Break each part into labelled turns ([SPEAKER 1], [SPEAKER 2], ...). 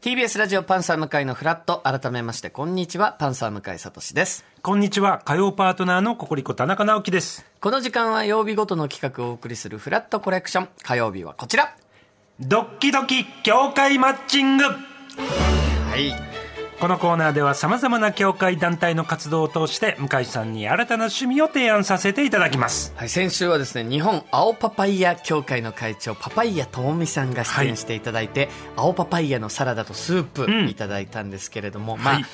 [SPEAKER 1] TBS ラジオパンサー向井のフラット改めましてこんにちはパンサー向井聡です
[SPEAKER 2] こんにちは火曜パートナーのココリコ田中直樹です
[SPEAKER 1] この時間は曜日ごとの企画をお送りするフラットコレクション火曜日はこちら
[SPEAKER 2] ドッキドキ協会マッチング
[SPEAKER 1] はい
[SPEAKER 2] このコーナーではさまざまな協会団体の活動を通して向井さんに新たな趣味を提案させていただきます
[SPEAKER 1] はい、先週はですね日本青パパイヤ協会の会長パパイヤともみさんが出演していただいて、青パパイヤのサラダとスープ
[SPEAKER 2] ん
[SPEAKER 1] いただいたんですけれども、まあ、
[SPEAKER 2] はい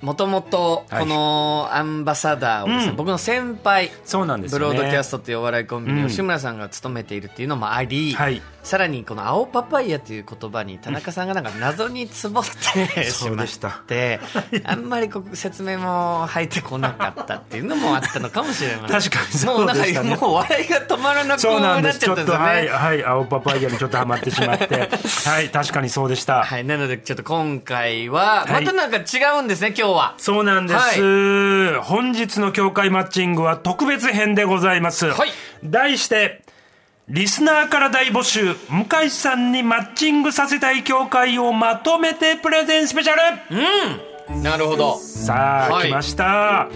[SPEAKER 1] もともとこのアンバサダーをですね、
[SPEAKER 2] うん
[SPEAKER 1] 僕の先輩
[SPEAKER 2] そうなんです
[SPEAKER 1] ブ
[SPEAKER 2] よね
[SPEAKER 1] ロードキャストというお笑いコンビ
[SPEAKER 2] う
[SPEAKER 1] の
[SPEAKER 2] ん
[SPEAKER 1] 吉村さんが務めているっていうのもあり、
[SPEAKER 2] はい
[SPEAKER 1] さらにこの「青パパイヤ」という言葉に田中さんがなんか謎につぼってし
[SPEAKER 2] そう
[SPEAKER 1] ま
[SPEAKER 2] で
[SPEAKER 1] っ
[SPEAKER 2] した
[SPEAKER 1] てあんまりこう説明も入ってこなかったっていうのもあったのかもしれません
[SPEAKER 2] 確かに
[SPEAKER 1] も
[SPEAKER 2] そうう
[SPEAKER 1] な
[SPEAKER 2] で
[SPEAKER 1] ん
[SPEAKER 2] し
[SPEAKER 1] か
[SPEAKER 2] たね
[SPEAKER 1] もう笑いが止まらなく
[SPEAKER 2] そうな
[SPEAKER 1] なん
[SPEAKER 2] で
[SPEAKER 1] っ
[SPEAKER 2] す
[SPEAKER 1] ち
[SPEAKER 2] ち
[SPEAKER 1] ゃ
[SPEAKER 2] ょ
[SPEAKER 1] っん
[SPEAKER 2] ったと
[SPEAKER 1] ですよ
[SPEAKER 2] はい
[SPEAKER 1] ね。
[SPEAKER 2] はい青パパイヤにちょっとハマってしまって はい確かにそうでした、
[SPEAKER 1] はい、なのでちょっと今回は
[SPEAKER 2] は
[SPEAKER 1] ま
[SPEAKER 2] い
[SPEAKER 1] たなんか違うんですね、今日は。
[SPEAKER 2] そうなんです、本日の協会マッチングは特別編でございます、
[SPEAKER 1] はい
[SPEAKER 2] 題してリスナーから大募集向井さんにマッチングさせたい協会をまとめてプレゼンスペシャル
[SPEAKER 1] なるほど。
[SPEAKER 2] さあ、
[SPEAKER 1] はい
[SPEAKER 2] 来ました、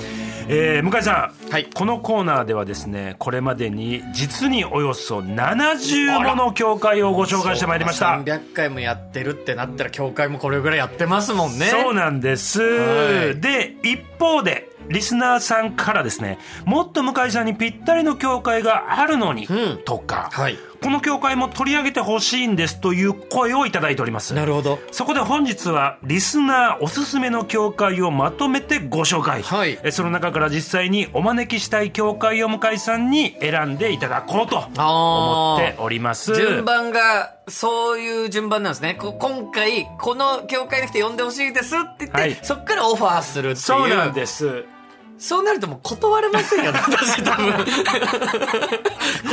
[SPEAKER 2] えー向井さん、
[SPEAKER 1] はい
[SPEAKER 2] このコーナーではですねこれまでに実におよそ70もの協会をご紹介してまいりました
[SPEAKER 1] 300回もやってるってなったら、協会もこれぐらいやってますもんね。
[SPEAKER 2] そうなんです、
[SPEAKER 1] はい
[SPEAKER 2] で一方でリスナーさんからですねもっと向井さんにぴったりの協会があるのに、
[SPEAKER 1] うん
[SPEAKER 2] とか、
[SPEAKER 1] はい
[SPEAKER 2] この協会も取り上げてほしいんですという声をいただいております
[SPEAKER 1] なるほど。
[SPEAKER 2] そこで本日はリスナーおすすめの協会をまとめてご紹介、
[SPEAKER 1] はい
[SPEAKER 2] えその中から実際にお招きしたい協会を向井さんに選んでいただこうと思
[SPEAKER 1] あ
[SPEAKER 2] って
[SPEAKER 1] ー
[SPEAKER 2] おります
[SPEAKER 1] 順番がそういう順番なんですねこ今回この協会の人呼んでほしいですって言って、
[SPEAKER 2] はい
[SPEAKER 1] そっからオファーするっていう
[SPEAKER 2] そうなんです
[SPEAKER 1] そうなるともう断れませ んよね私多分こ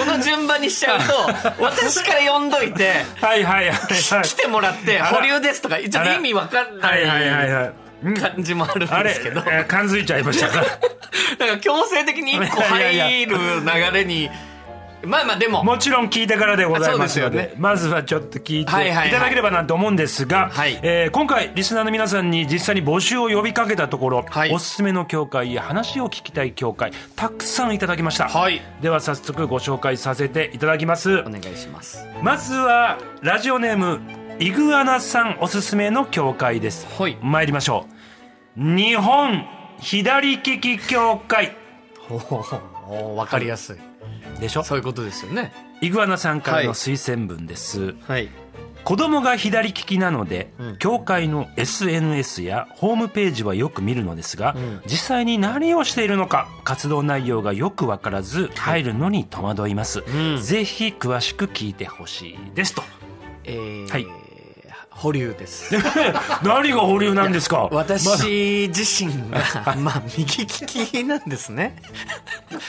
[SPEAKER 1] の順番にしちゃう と私から呼んどいて
[SPEAKER 2] はいはいはいは い
[SPEAKER 1] 来てもらって
[SPEAKER 2] あら
[SPEAKER 1] 保留ですとかちょっと意味わかん
[SPEAKER 2] はいはいはい
[SPEAKER 1] ない
[SPEAKER 2] はい
[SPEAKER 1] 感じもあるん
[SPEAKER 2] あ
[SPEAKER 1] で
[SPEAKER 2] れ、
[SPEAKER 1] す
[SPEAKER 2] え
[SPEAKER 1] けど
[SPEAKER 2] ー感づいちゃいましたか。
[SPEAKER 1] なんか強制的に1個
[SPEAKER 2] いやいや
[SPEAKER 1] 入る流れにまあまあでも
[SPEAKER 2] もちろん聞いてからでございますので
[SPEAKER 1] あそうですよね
[SPEAKER 2] まずはちょっと聞いて
[SPEAKER 1] はい
[SPEAKER 2] い
[SPEAKER 1] はいはい
[SPEAKER 2] ただければなと思うんですが、
[SPEAKER 1] はい
[SPEAKER 2] えー今回リスナーの皆さんに実際に募集を呼びかけたところ、
[SPEAKER 1] はい
[SPEAKER 2] おすすめの協会や話を聞きたい協会たくさんいただきました、
[SPEAKER 1] はい
[SPEAKER 2] では早速ご紹介させていただきます
[SPEAKER 1] お願いします
[SPEAKER 2] まずはラジオネームイグアナさんおすすめの協会です
[SPEAKER 1] はい
[SPEAKER 2] 参りましょう日本左利き協会
[SPEAKER 1] おお分かりやすい
[SPEAKER 2] でしょ
[SPEAKER 1] そういうことですよね
[SPEAKER 2] イグアナさんからの推薦文です、
[SPEAKER 1] はい
[SPEAKER 2] 子供が左利きなので、
[SPEAKER 1] うん
[SPEAKER 2] 教会の SNS やホームページはよく見るのですが、
[SPEAKER 1] うん
[SPEAKER 2] 実際に何をしているのか活動内容がよくわからず入るのに戸惑います、
[SPEAKER 1] うん
[SPEAKER 2] ぜひ詳しく聞いてほしいですと
[SPEAKER 1] えー
[SPEAKER 2] はい
[SPEAKER 1] 保留 です
[SPEAKER 2] 何が保留なんですか
[SPEAKER 1] 私自身 が、まあ、右利きなんですね。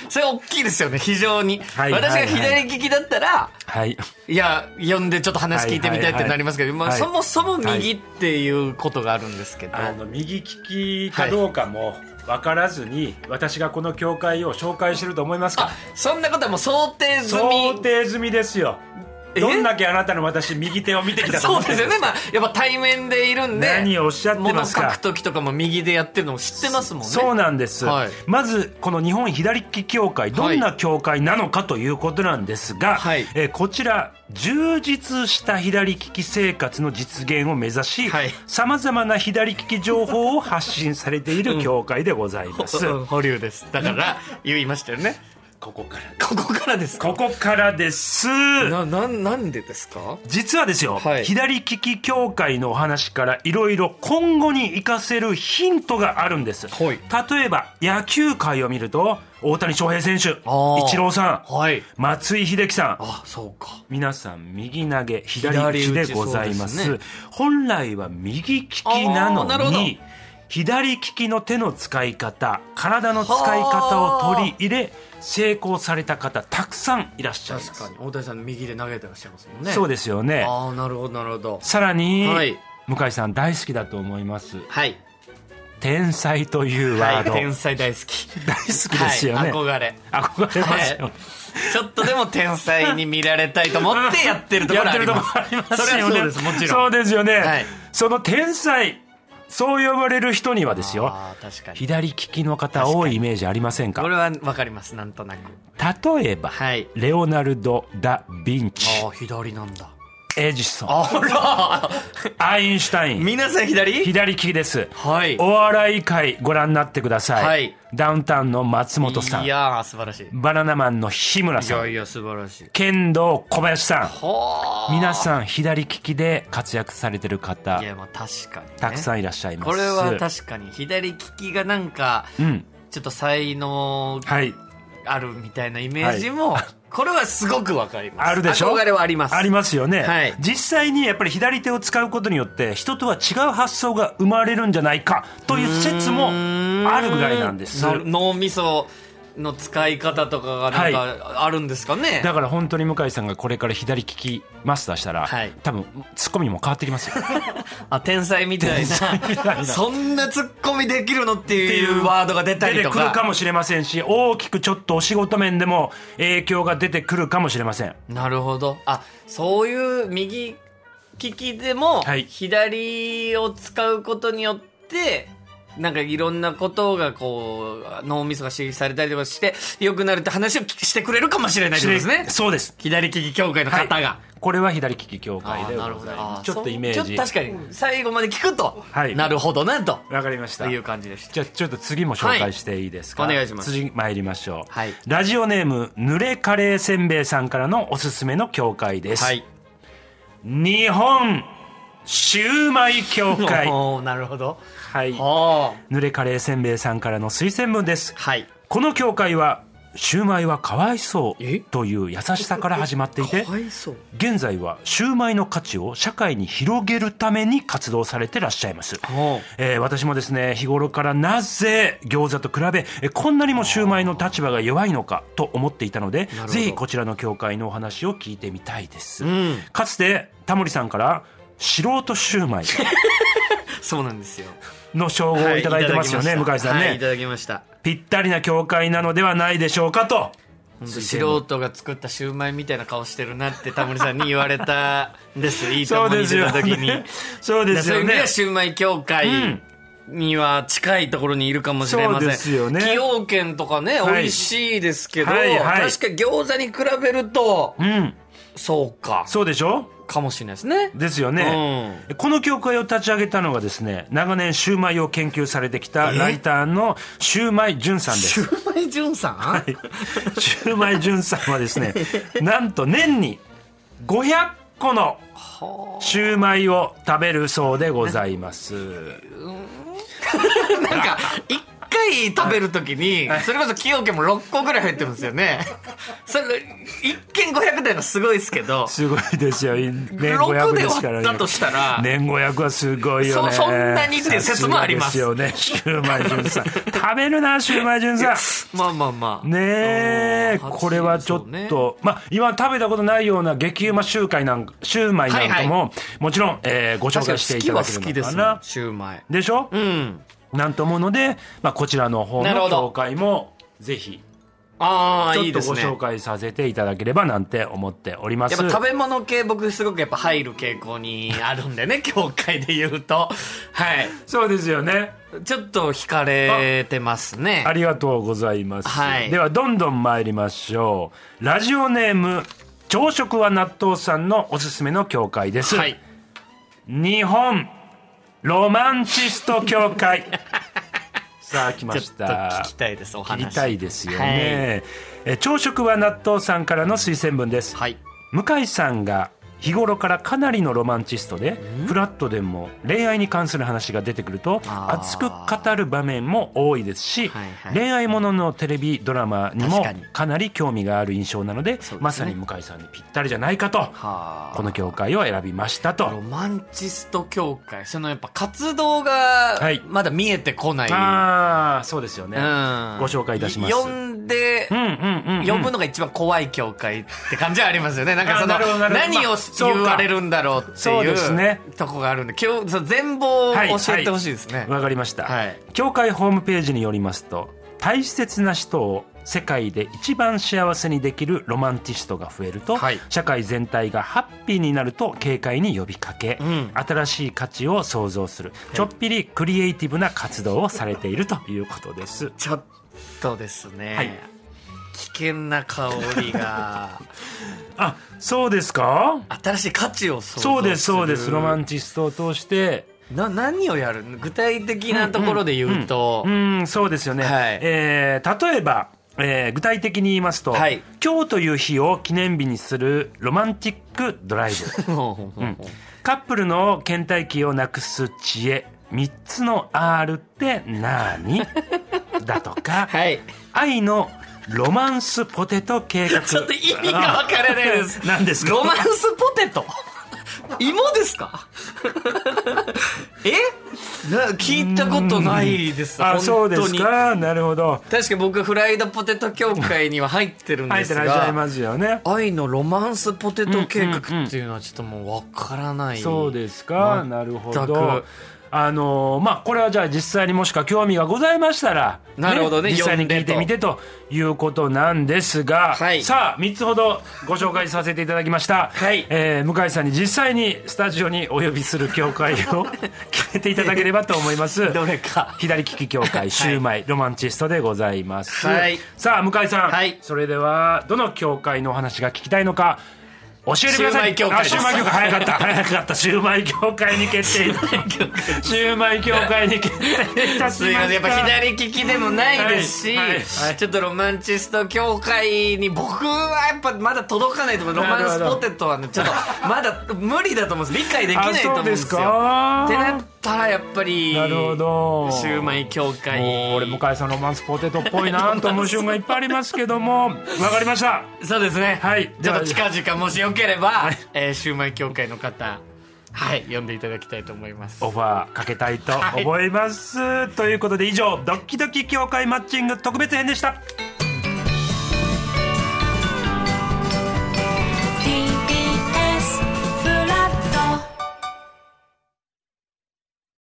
[SPEAKER 1] それ大きいですよね、非常に。
[SPEAKER 2] はいはいはい
[SPEAKER 1] 私が左利きだったら、
[SPEAKER 2] はい
[SPEAKER 1] いや、呼んでちょっと話聞いてみたいってなりますけど、
[SPEAKER 2] はいはいはい
[SPEAKER 1] まあ、そもそも右っていうことがあるんですけど。
[SPEAKER 2] あの右利きかどうかも分からずに私がこの教会を紹介してると思いますか、
[SPEAKER 1] あそんなことはもう想定済
[SPEAKER 2] 想
[SPEAKER 1] み。
[SPEAKER 2] 定済みですよ
[SPEAKER 1] え
[SPEAKER 2] どんだけあなたの私右手を見てきたと
[SPEAKER 1] そ
[SPEAKER 2] 思っ
[SPEAKER 1] う
[SPEAKER 2] て
[SPEAKER 1] ですよね。まあ、やっぱ対面でいるんで。
[SPEAKER 2] 何をおっしゃってますか
[SPEAKER 1] 物書くときとかも右でやってるのも知ってますもんね。
[SPEAKER 2] そうなんです、
[SPEAKER 1] はい
[SPEAKER 2] まずこの日本左利き協会どんな協会なのかということなんですが、
[SPEAKER 1] はい
[SPEAKER 2] えーこちら充実した左利き生活の実現を目指し
[SPEAKER 1] はい
[SPEAKER 2] さまざまな左利き情報を発信されている協会でございます、
[SPEAKER 1] うん保留です。だから、言いましたよね。
[SPEAKER 2] ここから
[SPEAKER 1] ここからですか
[SPEAKER 2] ここからです
[SPEAKER 1] な、な、なんでですか
[SPEAKER 2] 実はですよ、
[SPEAKER 1] はい
[SPEAKER 2] 左利き協会のお話からいろいろ今後に活かせるヒントがあるんです、
[SPEAKER 1] はい
[SPEAKER 2] 例えば野球界を見ると大谷翔平選手イ
[SPEAKER 1] ー
[SPEAKER 2] チローさん
[SPEAKER 1] はい。
[SPEAKER 2] 松井秀喜さん
[SPEAKER 1] あ、そうか。
[SPEAKER 2] 皆さん右投げ左打ちでございます
[SPEAKER 1] 左打ちそうで
[SPEAKER 2] 本来は右利きな
[SPEAKER 1] あーなるほど
[SPEAKER 2] のに左利きの手の使い方体の使い方を取り入れ成功された方たくさんいらっしゃいま
[SPEAKER 1] 確
[SPEAKER 2] す
[SPEAKER 1] かに。大谷さん右で投げてらっしゃいますもんね。
[SPEAKER 2] そう
[SPEAKER 1] で
[SPEAKER 2] ですよね
[SPEAKER 1] ああ、なるほど、なるほど。
[SPEAKER 2] さらに、
[SPEAKER 1] はい
[SPEAKER 2] 向井さん大好きだと思います
[SPEAKER 1] はい。
[SPEAKER 2] 天才という
[SPEAKER 1] は
[SPEAKER 2] ワー
[SPEAKER 1] い、
[SPEAKER 2] ド、
[SPEAKER 1] 天才大好き。
[SPEAKER 2] 大好きですよね、
[SPEAKER 1] はい、憧れ。
[SPEAKER 2] 憧れますよ、
[SPEAKER 1] はいちょっとでも天才に見られたいと思ってやってるところ
[SPEAKER 2] やっ
[SPEAKER 1] あ
[SPEAKER 2] て
[SPEAKER 1] り
[SPEAKER 2] るとこ
[SPEAKER 1] ま
[SPEAKER 2] ろ
[SPEAKER 1] す。
[SPEAKER 2] ありますよね
[SPEAKER 1] それはそうです、もちろ。
[SPEAKER 2] そうんですよね、
[SPEAKER 1] はい
[SPEAKER 2] その天才そう呼ばれる人にはですよ
[SPEAKER 1] あー確かに。
[SPEAKER 2] 左利きの方多いイメージありませんか
[SPEAKER 1] これはわかります、なんとなく。
[SPEAKER 2] 例えば、
[SPEAKER 1] はい
[SPEAKER 2] レオナルド・ダ・ヴィンチ
[SPEAKER 1] ああ、左なんだ。
[SPEAKER 2] エジソン
[SPEAKER 1] あ ら
[SPEAKER 2] アインシュタイン
[SPEAKER 1] 皆さん左
[SPEAKER 2] 左利きです
[SPEAKER 1] はい。
[SPEAKER 2] お笑い界ご覧になってください、
[SPEAKER 1] はい
[SPEAKER 2] ダウンタウンの松本さん
[SPEAKER 1] いやー、素晴らしい。い
[SPEAKER 2] バナナマンの日村さ
[SPEAKER 1] や
[SPEAKER 2] ん
[SPEAKER 1] いや、素晴らしい。
[SPEAKER 2] 剣道小林さん
[SPEAKER 1] ほー。
[SPEAKER 2] 皆さん左利きで活躍されてる方
[SPEAKER 1] いや、まあ確かに、ね。
[SPEAKER 2] たくさ
[SPEAKER 1] ん。
[SPEAKER 2] んいらっしゃいます
[SPEAKER 1] これは確かに、左利きがなんか、
[SPEAKER 2] うん
[SPEAKER 1] ちょっと才能
[SPEAKER 2] はい
[SPEAKER 1] あるみたいなイメージも、これはすごくわかります。
[SPEAKER 2] あるでしょ
[SPEAKER 1] 憧れはあります。
[SPEAKER 2] ありますよね、
[SPEAKER 1] はい
[SPEAKER 2] 実際にやっぱり左手を使うことによって人とは違う発想が生まれるんじゃないかという説もあるぐらいなんです
[SPEAKER 1] な脳みその使い方とかがなんかあるんですかね、
[SPEAKER 2] だから本当に向井さんがこれから左利きマスターしたら、
[SPEAKER 1] はい
[SPEAKER 2] 多分ツッコミも変わってきますよ
[SPEAKER 1] あ天才み たいな そんなツッコミできるのっていうワードが出た
[SPEAKER 2] 出
[SPEAKER 1] り
[SPEAKER 2] て
[SPEAKER 1] と
[SPEAKER 2] くるか
[SPEAKER 1] か
[SPEAKER 2] もしれませんし大きくちょっとお仕事面でも影響が出てくるかもしれません
[SPEAKER 1] なるほどあそういう右利きでも
[SPEAKER 2] はい
[SPEAKER 1] 左を使うことによってなんかいろんなことがこう脳みそが刺激されたりとかして良くなるって話を聞してくれるかもしれないってことですね
[SPEAKER 2] そうです
[SPEAKER 1] 左利き協会の方が、
[SPEAKER 2] これは左利き協会
[SPEAKER 1] あ
[SPEAKER 2] で
[SPEAKER 1] ーな
[SPEAKER 2] ござい
[SPEAKER 1] る
[SPEAKER 2] ま
[SPEAKER 1] ほどあー
[SPEAKER 2] すちょっとイメ
[SPEAKER 1] そ
[SPEAKER 2] ー
[SPEAKER 1] う
[SPEAKER 2] ジ
[SPEAKER 1] ちょっと確かに最後まで聞くと、
[SPEAKER 2] はい
[SPEAKER 1] なるほどなと
[SPEAKER 2] わかりました
[SPEAKER 1] いう感じでした
[SPEAKER 2] じゃあちょっと次も紹介していいですか、
[SPEAKER 1] はいお願いします
[SPEAKER 2] 次参りましょう、
[SPEAKER 1] はい
[SPEAKER 2] ラジオネーム濡れカレーせんべいさんからのおすすめの協会です、
[SPEAKER 1] はい
[SPEAKER 2] 日本シューマイ協 会
[SPEAKER 1] おーなるほど
[SPEAKER 2] はい
[SPEAKER 1] は
[SPEAKER 2] 濡れカレーせんべいさんからの推薦文です
[SPEAKER 1] はい
[SPEAKER 2] この協会はシューマイはかわいそ
[SPEAKER 1] え
[SPEAKER 2] うという優しさから始まっていて
[SPEAKER 1] かわいそう
[SPEAKER 2] 現在はシューマイの価値を社会に広げるために活動されてらっしゃいます
[SPEAKER 1] ほう、
[SPEAKER 2] えー私もですね日頃からなぜ餃子と比べえーこんなにもシューマイの立場が弱いのかと思っていたので
[SPEAKER 1] ほど
[SPEAKER 2] ぜひこちらの協会のお話を聞いてみたいです、
[SPEAKER 1] うん、
[SPEAKER 2] かつてタモリさんから素人シューマイ
[SPEAKER 1] そうなんですよ
[SPEAKER 2] の称号をいただいてますよね、
[SPEAKER 1] はい
[SPEAKER 2] 向井さんね、
[SPEAKER 1] はいいただきました
[SPEAKER 2] ぴったりな教会なのではないでしょうかと
[SPEAKER 1] 本当素人が作ったシューマイみたいな顔してるなってタモリさんに言われたんですいいと
[SPEAKER 2] そ
[SPEAKER 1] も
[SPEAKER 2] う
[SPEAKER 1] に
[SPEAKER 2] で
[SPEAKER 1] い
[SPEAKER 2] すよ
[SPEAKER 1] た時に
[SPEAKER 2] ねそ
[SPEAKER 1] だ
[SPEAKER 2] う
[SPEAKER 1] か
[SPEAKER 2] で
[SPEAKER 1] ら
[SPEAKER 2] す
[SPEAKER 1] そういう意
[SPEAKER 2] よ
[SPEAKER 1] 味で
[SPEAKER 2] ね
[SPEAKER 1] はシューマイ協会、
[SPEAKER 2] うん
[SPEAKER 1] には近いところにいるかもしれません。
[SPEAKER 2] そうですよね
[SPEAKER 1] 崎陽軒とかね、
[SPEAKER 2] はい
[SPEAKER 1] 美味しいですけど、
[SPEAKER 2] はいはい
[SPEAKER 1] 確か餃子に比べると、
[SPEAKER 2] うん
[SPEAKER 1] そうか、
[SPEAKER 2] そうでしょ
[SPEAKER 1] かもしれないですね。
[SPEAKER 2] ですよね、この教会を立ち上げたのがですね長年シューマイを研究されてきたライターのシューマイ潤さんです
[SPEAKER 1] シューマイじゅんさん、
[SPEAKER 2] シューマイ潤さんはです ねなんと年に500個のシューマイを食べるそうでございます
[SPEAKER 1] なんか、一回食べるとき に、それこそ崎陽軒も6個ぐらい入ってるんですよね。 それ、一軒500点のすごいですけど、
[SPEAKER 2] すごいですよ年
[SPEAKER 1] 6
[SPEAKER 2] 500
[SPEAKER 1] で
[SPEAKER 2] ですから
[SPEAKER 1] 割ったとしたら、
[SPEAKER 2] 年500はすごいよね
[SPEAKER 1] そそんなにって説もあります
[SPEAKER 2] さがです よねシューマイ潤さん食べるなシューマイ潤さん
[SPEAKER 1] まあまあまあ。
[SPEAKER 2] ねえ
[SPEAKER 1] うん
[SPEAKER 2] これはちょっと、
[SPEAKER 1] そうね
[SPEAKER 2] まあ今食べたことないような激うまシューマイなんかシューマイなんかも、もちろん、えーご
[SPEAKER 1] 確
[SPEAKER 2] 紹
[SPEAKER 1] か
[SPEAKER 2] 介
[SPEAKER 1] に
[SPEAKER 2] して
[SPEAKER 1] 好
[SPEAKER 2] い
[SPEAKER 1] き
[SPEAKER 2] ただ
[SPEAKER 1] は
[SPEAKER 2] け
[SPEAKER 1] 好
[SPEAKER 2] る
[SPEAKER 1] き
[SPEAKER 2] の
[SPEAKER 1] で
[SPEAKER 2] か
[SPEAKER 1] す
[SPEAKER 2] な
[SPEAKER 1] もんシューマイ。
[SPEAKER 2] でしょ、
[SPEAKER 1] うん。
[SPEAKER 2] なんと思うので、まあ、こちらの方
[SPEAKER 1] なる
[SPEAKER 2] の
[SPEAKER 1] ほど
[SPEAKER 2] 協会もぜひ
[SPEAKER 1] ああ、
[SPEAKER 2] ちょ
[SPEAKER 1] い
[SPEAKER 2] っ
[SPEAKER 1] い
[SPEAKER 2] と
[SPEAKER 1] で
[SPEAKER 2] ご
[SPEAKER 1] すね。
[SPEAKER 2] 紹介させていただければなんて思っております
[SPEAKER 1] やっぱ食べ物系僕すごくやっぱ入る傾向にあるんで ね、協会で言うと。はい。
[SPEAKER 2] そうですよね
[SPEAKER 1] ちょっと惹かれてますね
[SPEAKER 2] あ。りがとうございます、
[SPEAKER 1] はい
[SPEAKER 2] ではどんどん参りましょうラジオネーム朝食は納豆さんのおすすめの協会です、
[SPEAKER 1] はい。
[SPEAKER 2] 日本ロマンチスト協 会さあ来ま
[SPEAKER 1] ちょっ
[SPEAKER 2] し
[SPEAKER 1] と
[SPEAKER 2] た
[SPEAKER 1] 聞きたいです、お
[SPEAKER 2] 聞
[SPEAKER 1] 話。
[SPEAKER 2] きたいですよね、え朝食は納豆さんからの推薦文です
[SPEAKER 1] はい。
[SPEAKER 2] 向井さんが日頃からかなりのロマンチストでフラットでも恋愛に関する話が出てくると
[SPEAKER 1] あー
[SPEAKER 2] 熱く語る場面も多いですし、
[SPEAKER 1] はいはい
[SPEAKER 2] 恋愛もののテレビドラマに
[SPEAKER 1] 確
[SPEAKER 2] も
[SPEAKER 1] かに
[SPEAKER 2] かなり興味がある印象なので
[SPEAKER 1] すね
[SPEAKER 2] まさに向井さんにぴったりじゃないかと
[SPEAKER 1] はあ
[SPEAKER 2] この協会を選びましたと
[SPEAKER 1] ロマンチスト協会、そのやっぱ活動が
[SPEAKER 2] はい
[SPEAKER 1] まだ見えてこない。
[SPEAKER 2] ああそうですよね、
[SPEAKER 1] うん
[SPEAKER 2] ご紹介いたします
[SPEAKER 1] 呼んで、
[SPEAKER 2] うんうんうんうん
[SPEAKER 1] 呼ぶのが一番怖い教会って感じはありますよね。なんかそ
[SPEAKER 2] あなるほどな
[SPEAKER 1] の、
[SPEAKER 2] るほど
[SPEAKER 1] 何を
[SPEAKER 2] そうか
[SPEAKER 1] 言われるんだろうって
[SPEAKER 2] そう
[SPEAKER 1] い
[SPEAKER 2] ですね
[SPEAKER 1] うとこがあるんで今日そう全貌
[SPEAKER 2] はい
[SPEAKER 1] を教えてほしいですね。
[SPEAKER 2] わかりました、
[SPEAKER 1] はい
[SPEAKER 2] 教会ホームページによりますと大切な人を世界で一番幸せにできるロマンティストが増えると、
[SPEAKER 1] はい
[SPEAKER 2] 社会全体がハッピーになると警戒に呼びかけ、
[SPEAKER 1] ん
[SPEAKER 2] 新しい価値を創造するちょっぴりクリエイティブな活動をされているということです。
[SPEAKER 1] ちょっとですね、
[SPEAKER 2] はい
[SPEAKER 1] 危険な香り が
[SPEAKER 2] あそうですか
[SPEAKER 1] 新しい価値を創造する
[SPEAKER 2] そうですそうですロマンティストを通して
[SPEAKER 1] な何をやる具体的なところで言うと、
[SPEAKER 2] うん、そうですよね。
[SPEAKER 1] はい
[SPEAKER 2] えー例えば、えー具体的に言いますと、
[SPEAKER 1] はい
[SPEAKER 2] 今日という日を記念日にするロマンティックドライ
[SPEAKER 1] ほ
[SPEAKER 2] ブ。
[SPEAKER 1] うほうほうほう
[SPEAKER 2] カップルの倦怠期をなくす知恵、3つの R って何だとか、
[SPEAKER 1] はい
[SPEAKER 2] 愛のロマンスポテト計画。
[SPEAKER 1] ちょっと意味が分からないです
[SPEAKER 2] 何ですか
[SPEAKER 1] ロマンスポテト芋ですかえな聞いたことないです
[SPEAKER 2] あ、そう
[SPEAKER 1] 本
[SPEAKER 2] で
[SPEAKER 1] 当
[SPEAKER 2] す
[SPEAKER 1] に
[SPEAKER 2] か。なるほど。
[SPEAKER 1] 確かに僕フライドポテト協会には入ってるん
[SPEAKER 2] 入
[SPEAKER 1] で
[SPEAKER 2] って
[SPEAKER 1] す
[SPEAKER 2] らっしゃい
[SPEAKER 1] が
[SPEAKER 2] ますよね。
[SPEAKER 1] 愛のロマンスポテト計画っていうのはちょっともう分からない、
[SPEAKER 2] そうですか、
[SPEAKER 1] 全く
[SPEAKER 2] なるほど。あのーまあこれはじゃあ実際にもしか興味がございましたら、
[SPEAKER 1] なるほどね
[SPEAKER 2] 実際に聞いてみてということなんですが、
[SPEAKER 1] はい
[SPEAKER 2] さあ3つほどご紹介させていただきました、
[SPEAKER 1] はい
[SPEAKER 2] えー向井さんに実際にスタジオにお呼びする協会を 決めていただければと思います
[SPEAKER 1] どれか
[SPEAKER 2] 左利き協会シューマイ、ロマンチストでございます、
[SPEAKER 1] はい
[SPEAKER 2] さあ向井さん、
[SPEAKER 1] はい
[SPEAKER 2] それではどの協会のお話が聞きたいのか教えてください
[SPEAKER 1] シューマイ協会
[SPEAKER 2] あ
[SPEAKER 1] です
[SPEAKER 2] シューマイ協会早かった早かったシューマイ協会に決定いただきシューマイ協会に決定いたしました
[SPEAKER 1] すいませんやっぱ左利きでもないですし、
[SPEAKER 2] はいはいはい
[SPEAKER 1] ちょっとロマンチスト協会に僕はやっぱまだ届かないと思うロ
[SPEAKER 2] な
[SPEAKER 1] マ
[SPEAKER 2] る
[SPEAKER 1] ン
[SPEAKER 2] ほ
[SPEAKER 1] ス
[SPEAKER 2] ど
[SPEAKER 1] ポテトはねちょっとまだ無理だと思うんです理解できないと思うんですよ
[SPEAKER 2] あ
[SPEAKER 1] っ
[SPEAKER 2] そ
[SPEAKER 1] て
[SPEAKER 2] うですか
[SPEAKER 1] なったらやっぱり
[SPEAKER 2] なるほど
[SPEAKER 1] シューマイ協会
[SPEAKER 2] もう俺向井さんロマンスポテトっぽいなと思う瞬間いっぱいありますけどもわかりました
[SPEAKER 1] そうですね
[SPEAKER 2] はい
[SPEAKER 1] ちょっと近々もしよければ、えーシューマイ協会の方はい呼んでいただきたいと思います
[SPEAKER 2] オファーかけたいと思います、ということで以上ドッキドキ協会マッチング特別編でした